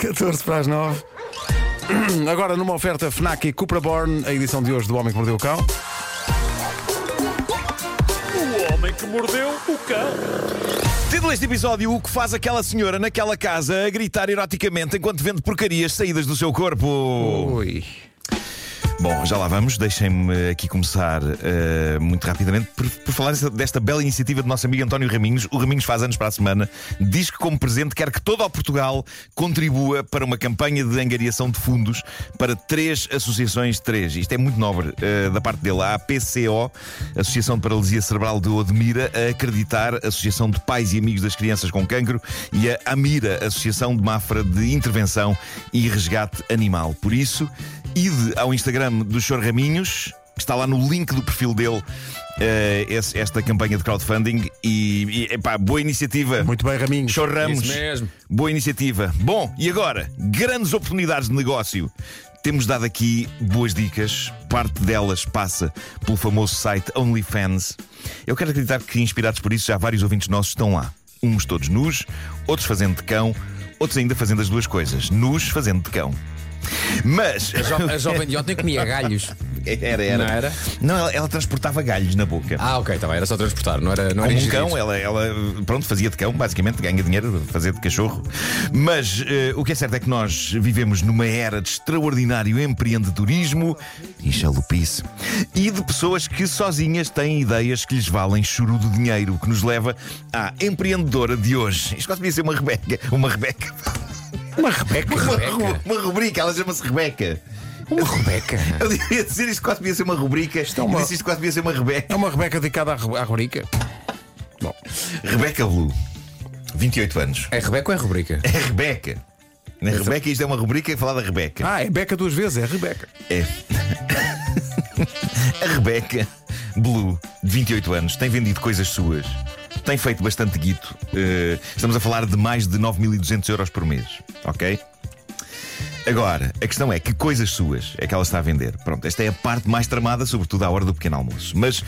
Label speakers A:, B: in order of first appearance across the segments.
A: 14 para as 9. Agora numa oferta Fnac e Cupra Born, a edição de hoje do Homem que Mordeu o Cão.
B: O homem que mordeu o cão.
C: Título deste episódio: O que faz aquela senhora naquela casa a gritar eroticamente enquanto vende porcarias saídas do seu corpo?
A: Ui.
C: Bom, já lá vamos. Deixem-me aqui começar eh, muito rapidamente por, por falar desta, desta bela iniciativa do nosso amigo António Raminhos. O Raminhos faz anos para a semana. Diz que, como presente, quer que todo o Portugal contribua para uma campanha de angariação de fundos para três associações. Três. Isto é muito nobre eh, da parte dele. A APCO, Associação de Paralisia Cerebral de Odmira, a Acreditar, Associação de Pais e Amigos das Crianças com Cancro e a AMIRA, Associação de Mafra de Intervenção e Resgate Animal. Por isso, ide ao Instagram do Sr. Raminhos, que está lá no link do perfil dele, eh, esse- esta campanha de crowdfunding. E, e epá, boa iniciativa.
A: Muito bem, Raminhos.
C: Sr. Ramos,
B: Isso mesmo.
C: boa iniciativa. Bom, e agora? Grandes oportunidades de negócio. Temos dado aqui boas dicas. Parte delas passa pelo famoso site OnlyFans. Eu quero acreditar que, inspirados por isso, já vários ouvintes nossos estão lá. Uns todos nus, outros fazendo de cão, outros ainda fazendo as duas coisas. Nus fazendo de cão. Mas.
B: É
D: Jo- A jovem de ontem comia galhos.
C: Era, era.
D: Não era?
C: Não, ela, ela transportava galhos na boca.
D: Ah, ok, tá bem, era só transportar, não era, não era
C: Como um
D: ingerido.
C: cão, ela, ela, pronto, fazia de cão, basicamente, ganha dinheiro fazer de cachorro. Mas eh, o que é certo é que nós vivemos numa era de extraordinário empreendedorismo e chalupice. E de pessoas que sozinhas têm ideias que lhes valem churu de dinheiro, o que nos leva à empreendedora de hoje. Isto quase podia ser uma Rebeca. Uma Rebeca.
A: Uma Rebeca.
C: Uma,
D: Rebeca?
C: ru- uma rubrica, ela chama-se Rebeca.
D: Uma Rebeca.
C: Eu devia dizer isto quase podia ser uma rubrica.
A: é
C: Isto,
A: uma-
C: isto quase podia ser uma Rebeca.
A: É uma Rebeca dedicada à, Re- à rubrica.
C: Rebeca Blue, 28 anos.
D: É Rebeca ou é rubrica?
C: É Rebeca. Na Rebeca, isto é uma rubrica falar da Rebeca.
A: Ah, é Beca duas vezes, é Rebeca.
C: É. A Rebeca Blue, de 28 anos, tem vendido coisas suas, tem feito bastante guito. Eh, estamos a falar de mais de 9.200 euros por mês, ok? Agora, a questão é que coisas suas é que ela está a vender. Pronto, esta é a parte mais tramada, sobretudo à hora do pequeno almoço. Mas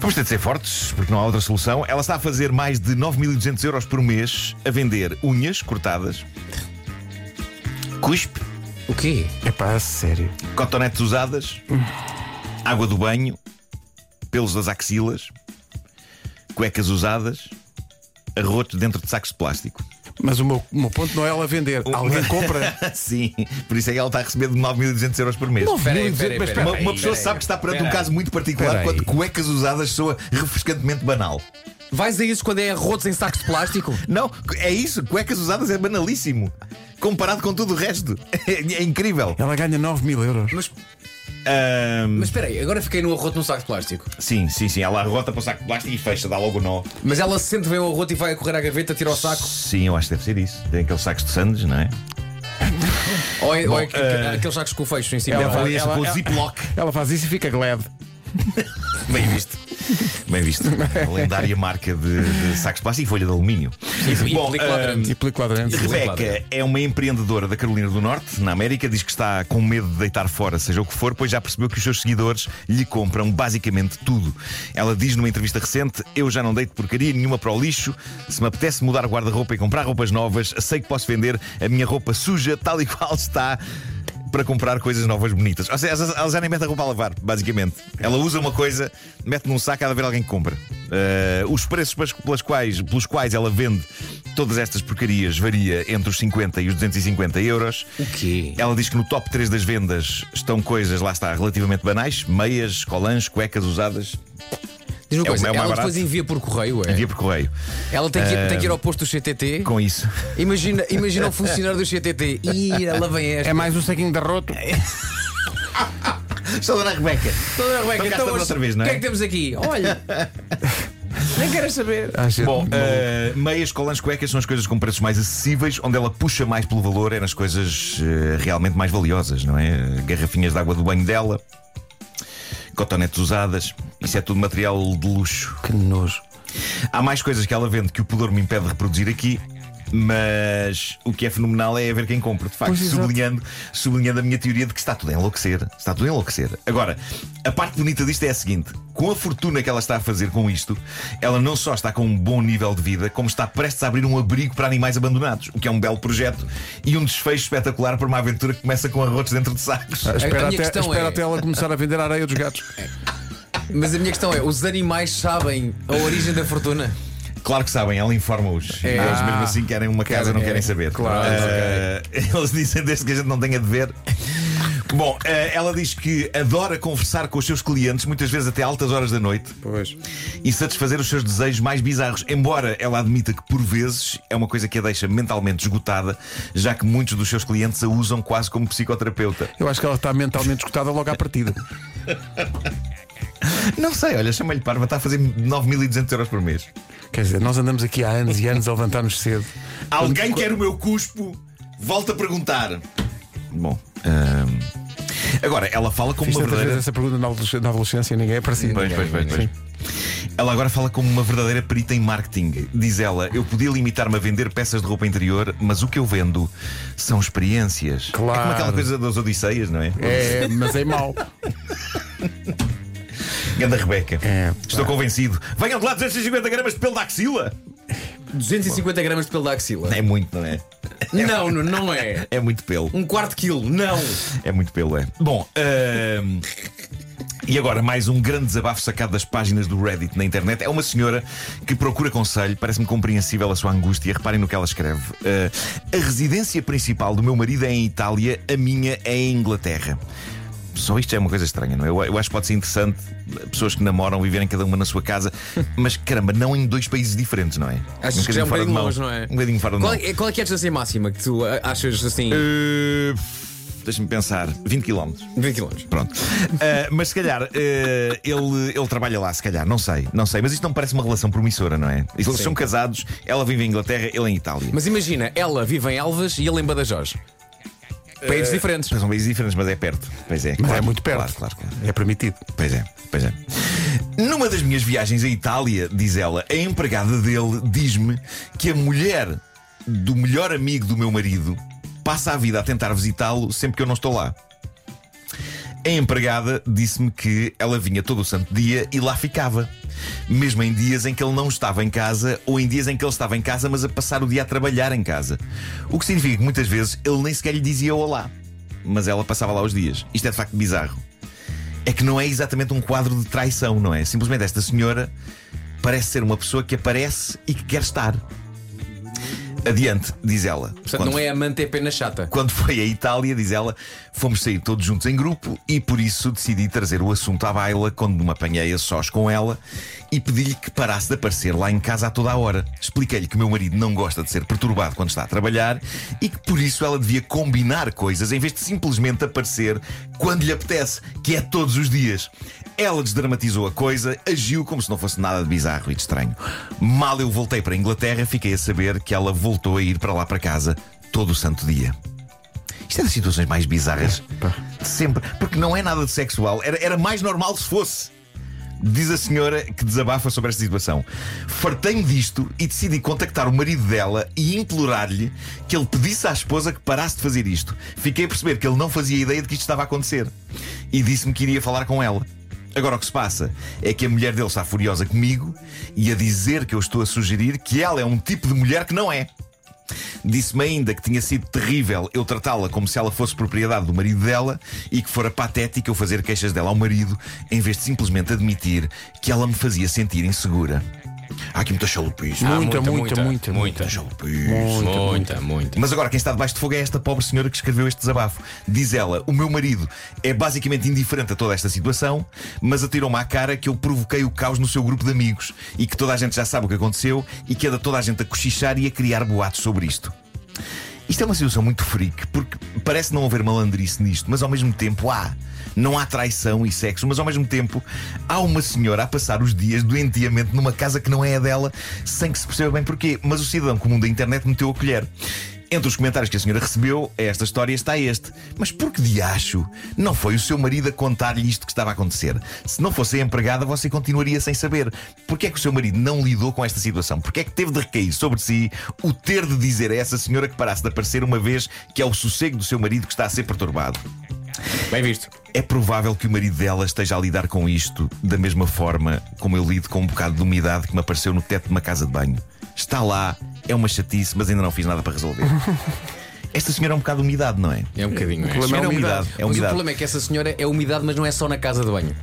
C: Vamos ter de ser fortes, porque não há outra solução. Ela está a fazer mais de 9.200 euros por mês a vender unhas cortadas, cuspe,
D: O quê?
A: É pá, sério.
C: cotonetes usadas, água do banho, pelos das axilas, cuecas usadas, arrotos dentro de sacos de plástico.
A: Mas o meu, o meu ponto não é ela vender. Alguém compra.
C: Sim, por isso é que ela está a receber de 9.200 euros por mês.
D: Peraí,
A: Mas
D: peraí, peraí.
C: Uma,
D: peraí,
C: uma pessoa
D: peraí.
C: sabe que está perante um
D: Peraí.
C: caso muito particular
A: Peraí.
C: quando cuecas usadas soa refrescantemente banal.
D: Vais a isso quando é arrotos em sacos de plástico?
C: Não, é isso, cuecas usadas é banalíssimo. Comparado com tudo o resto. É, incrível.
A: Ela ganha 9 mil euros.
D: Mas,
C: Ahm,
D: mas espera aí, agora fiquei no arroto num saco de plástico.
C: sim, sim, sim. Ela arrota para o saco de plástico e fecha, dá logo o nó.
D: Mas ela sente bem o arroto e vai a correr à gaveta, tira o saco.
C: Sim, eu acho que deve ser isso. Tem aqueles sacos de sandes, não é?
D: Ou, é, ou
C: Bom,
D: é que-
C: eh,
D: aqueles sacos com o fecho em cima.
A: Ela-
C: Avalia isso com o Ziploc.
A: Ela faz isso e fica glad.
C: Bem visto. Bem visto. A lendária marca de, de sacos de plástico e folha de alumínio.
D: E- e
C: Bom,
D: película
C: ahm,
D: aderente.
A: E película adentro.
C: Rebeca
D: Claro.
C: é uma empreendedora da Carolina do Norte, na América, diz que está com medo de deitar fora, seja o que for, pois já percebeu que os seus seguidores lhe compram basicamente tudo. Ela diz numa entrevista recente: Eu já não deito porcaria nenhuma para o lixo. Se me apetece mudar guarda-roupa e comprar roupas novas, sei que posso vender a minha roupa suja, tal e qual está. Para comprar coisas novas bonitas. Ou seja, ela já nem mete a roupa a lavar, basicamente. Ela usa uma coisa, mete num saco, há de haver alguém que compra. Eh, os preços pelas- pelas quais, pelos quais ela vende todas estas porcarias varia entre os 50 e os 250 euros.
D: O quê?
C: Ela diz que no top 3 das vendas estão coisas, lá está, relativamente banais: meias, colãs, cuecas usadas,
D: Diz uma
C: é o
D: coisa,
C: meu mais
D: ela
C: barato.
D: depois envia por correio, é?
C: envia por correio.
D: Ela tem que, ir, tem que ir ao posto do CTT.
C: Com isso.
D: Imagina, imagina o funcionário do CTT. Ih, ela vem esta.
A: É mais um saquinho de roto.
C: Estou a dar a Rebeca.
D: Toda a Rebeca,
C: Então cá
D: então
C: estamos
D: hoje,
C: outra vez, não é?
D: O que é que temos aqui? Olha, nem quero saber.
C: Bom, eh, meias, colãs, cuecas são as coisas com preços mais acessíveis, onde ela puxa mais pelo valor é nas coisas eh, realmente mais valiosas, não é? Garrafinhas de água do banho dela, cotonetes usadas, isso é tudo material de luxo.
A: Que nojo.
C: Há mais coisas que ela vende que o pudor me impede de reproduzir aqui. Mas o que é fenomenal é haver quem compre, de facto,
A: Pois, exato.
C: sublinhando, sublinhando a minha teoria de que está tudo a enlouquecer. Está tudo a enlouquecer. Agora, a parte bonita disto é a seguinte: com a fortuna que ela está a fazer com isto, ela não só está com um bom nível de vida, como está prestes a abrir um abrigo para animais abandonados, o que é um belo projeto e um desfecho espetacular para uma aventura que começa com arrotos dentro de sacos.
A: Espera,
D: minha
A: até,
D: questão
A: espera
D: é-
A: até ela começar a vender a areia dos gatos.
D: Mas a minha questão é: os animais sabem a origem da fortuna?
C: Claro que sabem, ela informa-os.
D: É.
C: Eles mesmo
D: Ah.
C: assim querem uma casa, não
D: Querem,
C: querem
D: é.
C: saber.
A: Claro,
C: Ah, Eles dizem desde que a gente não tenha de ver. Bom, ah, ela diz que adora conversar com os seus clientes, muitas vezes até altas horas da noite,
A: Pois.
C: e satisfazer os seus desejos mais bizarros. Embora ela admita que, por vezes, é uma coisa que a deixa mentalmente esgotada, já que muitos dos seus clientes a usam quase como psicoterapeuta.
A: Eu acho que ela está mentalmente escutada logo à partida.
C: Não sei, olha, chama-lhe parva, está a fazer 9.200 euros por mês.
A: Quer dizer, nós andamos aqui há anos e anos a levantar-nos cedo.
C: Alguém quer o meu cuspo? Volta a perguntar. Bom. ahm, Agora, ela fala como
A: Fiz
C: uma
A: tantas vezes
C: verdadeira.
A: essa pergunta na adolesc- na adolescência e ninguém é parecido.
C: Pois, pois, pois, pois.
A: Sim.
C: Ela agora fala como uma verdadeira perita em marketing. Diz ela: Eu podia limitar-me a vender peças de roupa interior, mas o que eu vendo são experiências. É
A: Claro.
C: como aquela coisa das Odisseias, não é?
A: É, mas é mau.
C: Ganda Rebeca.
A: É, pá.
C: Estou convencido. Venham de lá 250 gramas de pelo da axila.
D: 250 gramas de pelo da axila.
C: É muito, não é?
D: Não, não, não é.
C: É muito pelo.
D: Um quarto quilo, não.
C: É muito pelo, é. Bom, ahm, e agora mais um grande desabafo sacado das páginas do Reddit na internet. É uma senhora que procura conselho, parece-me compreensível a sua angústia. Reparem no que ela escreve. Ah, a residência principal do meu marido é em Itália, a minha é em Inglaterra. Só isto já é uma coisa estranha, não é? Eu, eu acho que pode ser interessante pessoas que namoram viverem cada uma na sua casa, mas caramba, não em dois países diferentes, não é?
D: Acho que já é um
C: fora de
D: bocadinho
C: mão.
D: longe, não é?
C: Um bocadinho fora de
D: Qual
C: mão.
D: é, qual é que é a distância máxima que tu ah, achas assim?
C: Eh, Deixa-me pensar, 20 km.
D: 20 quilómetros.
C: Pronto. Ah, mas se calhar eh, ele, ele trabalha lá, se calhar, não sei, não sei. Mas isto não parece uma relação promissora, não é? Eles
D: Sim.
C: são casados, ela vive em Inglaterra, ele em Itália.
D: Mas imagina, ela vive em Elvas e ele em Badajoz. Países
C: Eh,
D: diferentes.
C: São países diferentes, mas é perto. Pois é,
A: Mas
C: claro,
A: é muito perto.
C: Claro, claro, claro.
A: É permitido.
C: Pois é, pois é. Numa das minhas viagens à Itália, diz ela, a empregada dele diz-me que a mulher do melhor amigo do meu marido passa a vida a tentar visitá-lo sempre que eu não estou lá. A empregada disse-me que ela vinha todo o santo dia e lá ficava. Mesmo em dias em que ele não estava em casa ou em dias em que ele estava em casa, mas a passar o dia a trabalhar em casa. O que significa que muitas vezes ele nem sequer lhe dizia olá, mas ela passava lá os dias. Isto é de facto bizarro é que não é exatamente um quadro de traição, não é? Simplesmente esta senhora parece ser uma pessoa que aparece e que quer estar. Adiante, diz ela.
D: Portanto, não é amante, é pena chata.
C: Quando foi à Itália, diz ela, fomos sair todos juntos em grupo e por isso decidi trazer o assunto à baila quando me apanhei a sós com ela e pedi-lhe que parasse de aparecer lá em casa a toda a hora. Expliquei-lhe que o meu marido não gosta de ser perturbado quando está a trabalhar e que por isso ela devia combinar coisas em vez de simplesmente aparecer quando lhe apetece, que é todos os dias. Ela desdramatizou a coisa, agiu como se não fosse nada de bizarro e de estranho. Mal eu voltei para a Inglaterra, fiquei a saber que ela voltou a ir para lá para casa todo o santo dia. Isto é das situações mais bizarras de sempre, porque não é nada de sexual. Era, era mais normal se fosse. Diz a senhora que desabafa sobre esta situação. Fartei-me disto e decidi contactar o marido dela e implorar-lhe que ele pedisse à esposa que parasse de fazer isto. Fiquei a perceber que ele não fazia ideia de que isto estava a acontecer e disse-me que iria falar com ela. Agora o que se passa é que a mulher dele está furiosa comigo e a dizer que eu estou a sugerir que ela é um tipo de mulher que não é. Disse-me ainda que tinha sido terrível eu tratá-la como se ela fosse propriedade do marido dela e que fora patética eu fazer queixas dela ao marido em vez de simplesmente admitir que ela me fazia sentir insegura. Há aqui muita chalupice.
A: Muita,
D: muita,
A: muita,
D: muita,
A: muita, muita.
C: Chalupice.
D: Muita, muita.
C: Mas agora quem está debaixo de fogo é esta pobre senhora que escreveu este desabafo. Diz ela: O meu marido é basicamente indiferente a toda esta situação, mas atirou-me à cara que eu provoquei o caos no seu grupo de amigos e que toda a gente já sabe o que aconteceu e que anda toda a gente a cochichar e a criar boatos sobre isto. Isto é uma situação muito freak, porque parece não haver malandrice nisto, mas ao mesmo tempo há. Não há traição e sexo, mas ao mesmo tempo há uma senhora a passar os dias doentiamente numa casa que não é a dela, sem que se perceba bem porquê. Mas o cidadão comum da internet meteu a colher. Entre os comentários que a senhora recebeu a esta história está este. Mas por que de acho não foi o seu marido a contar-lhe isto que estava a acontecer? Se não fosse a empregada, você continuaria sem saber. Porquê é que o seu marido não lidou com esta situação? Porquê é que teve de recair sobre si o ter de dizer a essa senhora que parasse de aparecer uma vez que é o sossego do seu marido que está a ser perturbado?
D: Bem visto.
C: É provável que o marido dela esteja a lidar com isto da mesma forma como eu lido com um bocado de umidade que me apareceu no teto de uma casa de banho. Está lá, é uma chatice, mas ainda não fiz nada para resolver. Esta senhora é um bocado de umidade, não é?
D: É um bocadinho. é.
C: Senhora
A: é
C: é
A: umidade.
C: É
D: Mas o
C: umidade.
D: problema é que essa senhora é umidade, mas não é só na casa de banho.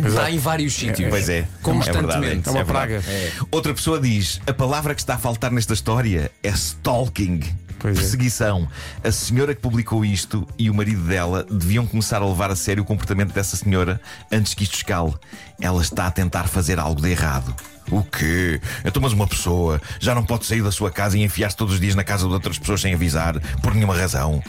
D: Está em vários sítios.
C: Pois é,
D: Constantemente.
C: É, verdade,
A: É uma
C: verdade.
A: praga.
C: Outra pessoa diz: a palavra que está a faltar nesta história é stalking.
A: Pois é.
C: Perseguição. A senhora que publicou isto e o marido dela deviam começar a levar a sério o comportamento dessa senhora antes que isto escale. Ela está a tentar fazer algo de errado. O quê? Então, mas uma pessoa já não pode sair da sua casa e enfiar-se todos os dias na casa de outras pessoas sem avisar, por nenhuma razão.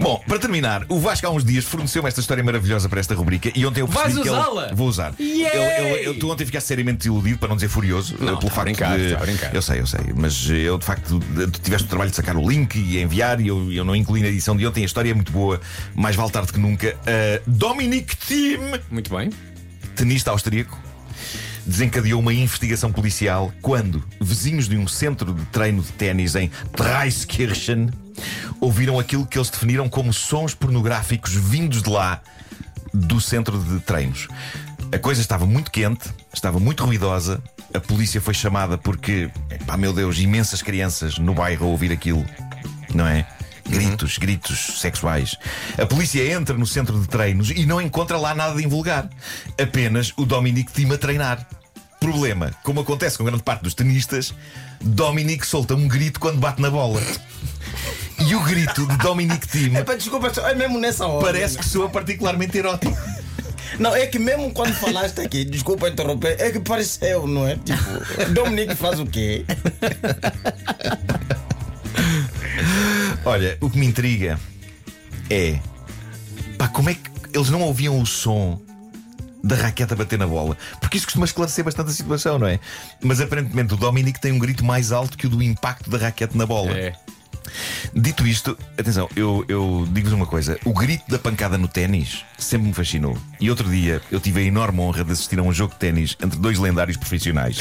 C: Bom, para terminar, o Vasco há uns dias forneceu-me esta história maravilhosa para esta rubrica e ontem eu percebi
D: Vais
C: que ele-
D: usá-la?
C: Vou usar.
D: Yay!
C: Eu, eu, eu, tu ontem ficaste seriamente desiludido, para não dizer furioso, eh, pelo
D: tá a
C: facto
D: brincar,
C: de.
D: tá a brincar.
C: Eu sei, eu sei, mas eh, eu de facto de- tu tiveste o trabalho de sacar o link e enviar e eu, eu não incluí na edição de ontem. A história é muito boa, mais vale tarde que nunca. Eh, Dominic Thiem,
D: Muito bem.
C: tenista austríaco, desencadeou uma investigação policial quando vizinhos de um centro de treino de ténis em Dreiskirchen ouviram aquilo que eles definiram como sons pornográficos vindos de lá do centro de treinos. A coisa estava muito quente, estava muito ruidosa. A polícia foi chamada porque, pá, meu Deus, imensas crianças no bairro a ouvir aquilo, não é? Gritos, gritos sexuais. A polícia entra no centro de treinos e não encontra lá nada de invulgar. Apenas o Dominique Tim a treinar. Problema: como acontece com grande parte dos tenistas, Dominique solta um grito quando bate na bola. E o grito de Dominique Tim
E: Pá, Desculpa, é mesmo nessa hora.
C: parece que soa particularmente erótico.
E: Não, é que mesmo quando falaste aqui, desculpa interromper, é que pareceu, não é? Tipo, Dominique faz o quê?
C: Olha, o que me intriga é pá, como é que eles não ouviam o som da raquete a bater na bola? Porque isso costuma esclarecer bastante a situação, não é? Mas aparentemente o Dominic tem um grito mais alto que o do impacto da raquete na bola.
D: É.
C: Dito isto, atenção, eu, eu digo-vos uma coisa: o grito da pancada no ténis sempre me fascinou. E outro dia eu tive a enorme honra de assistir a um jogo de ténis entre dois lendários profissionais,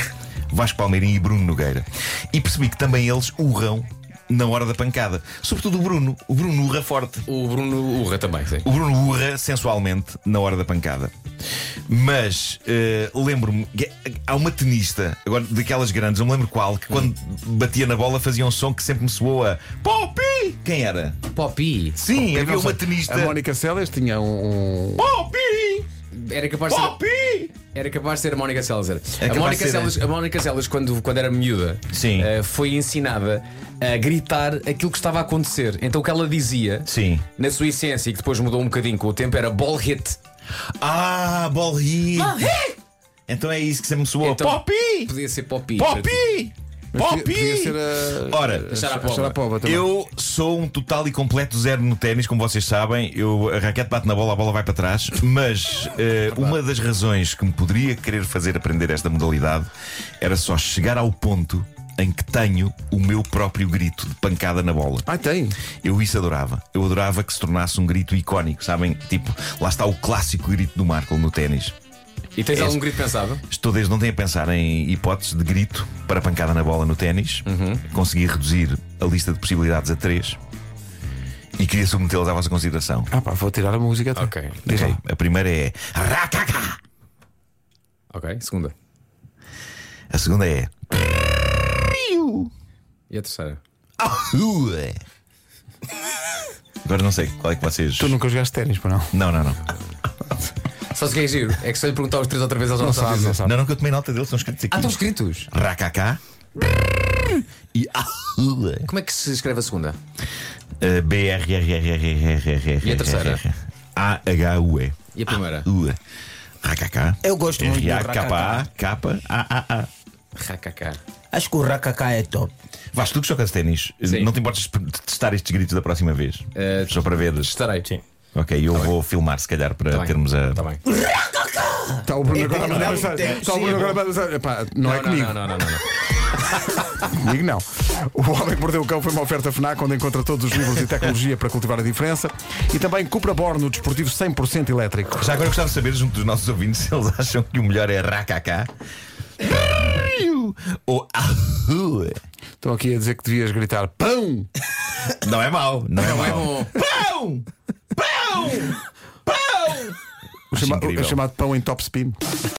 C: Vasco Palmeirim e Bruno Nogueira. E percebi que também eles urram na hora da pancada. Sobretudo o Bruno. O Bruno urra forte.
D: O Bruno Urra também, sim.
C: O Bruno urra sensualmente na hora da pancada. Mas eh, lembro-me que há uma tenista, agora daquelas grandes, não me lembro qual, que quando batia na bola fazia um som que sempre me soou a Popi! Quem era?
D: Poppy.
C: Sim, havia
A: Não sei.
C: uma tenista.
A: A Mónica Celas tinha um. um-
C: Popi!
D: Era capaz de ser.
C: Popi!
D: Era capaz de ser a Mónica Selzer.
C: Era
D: A
C: É capaz
D: Mónica
C: de ser,
D: Sellas,
C: é.
D: a Mónica Sellas, quando, quando era miúda,
C: Sim.
D: eh, foi ensinada a gritar aquilo que estava a acontecer. Então o que ela dizia,
C: Sim.
D: na sua essência, e que depois mudou um bocadinho com o tempo, era ball hit.
C: Ah, Bolri! Então é isso que sempre me soou.
D: Então-
C: Popi!
D: Podia ser poppy.
C: Popi!
A: Mas podia- podia
C: Popi!
A: ser a-
C: Ora,
D: Xarapoba.
A: Xarapoba também.
C: Eu sou um total e completo zero no ténis, como vocês sabem. Eu, a raquete bate na bola, a bola vai para trás. Mas eh, uma das razões que me poderia querer fazer aprender esta modalidade era só chegar ao ponto em que tenho o meu próprio grito de pancada na bola.
A: Ah, tem.
C: Eu isso adorava. Eu adorava que se tornasse um grito icónico, sabem? Tipo, lá está o clássico grito do Marco no ténis.
D: E tens
C: Este-
D: algum grito pensado?
C: Estou desde ontem a pensar em hipóteses de grito para pancada na bola no ténis.
A: Uhum.
C: Consegui reduzir a lista de possibilidades a três e queria submetê-las à vossa consideração.
A: Ah, pá, vou tirar a música. então.
D: Ok.
A: Diz lá.
C: Ok, A primeira é racaca.
D: Ok, segunda.
C: A segunda é
D: E a terceira?
C: ahua. Agora não sei qual é que vocês.
A: Tu nunca jogaste ténis, para não? Tá.
C: Não, não, não.
D: Só se quer giro. É que se eu lhe perguntar os três outra vez, eles não, sabem. dizer.
C: Não, não, que eu tomei nota deles, são escritos aqui.
D: Ah, estão escritos.
C: Racaca e ahua.
D: Como é que se escreve a segunda?
C: Uh, B R R R R R R R
D: E a terceira?
C: A H U E
D: E a primeira?
C: U E RKK
E: Eu gosto muito do
C: R A K A
E: RKK.
C: K A A A
D: Racacar.
E: Acho que o Rakaka é top.
C: Vais tu que jogas ténis eh,
D: Sim.
C: Não te importas de testar estes gritos da próxima vez
D: Eh,
C: Só para ver
D: Estarei. Sim.
C: Ok, eu vou filmar se calhar para termos a
D: Tá bem.
A: Está Tá o Bruno agora a mandar
E: não,
A: mensagem.
E: tem-
A: Está o Bruno
E: sim,
A: agora a mandar mensagem. Epá, Não é
D: não,
A: comigo.
D: não, não, não, não.
A: Digo não. O Homem que Mordeu o Cão foi uma oferta FNAC onde encontra todos os livros e tecnologia para cultivar a diferença. E também Cupra Born, o desportivo 100% elétrico.
C: Já agora gostava de saber, junto dos nossos ouvintes, se eles acham que o melhor é racacá ou ahua.
A: Estão aqui a dizer que devias gritar pão!
C: Não é mau, não,
D: Não
C: é
D: é
C: mau.
D: bom.
C: Pão! Pão! Pão!
A: O, chama-
C: incrível.
A: o chamado pão em top spin.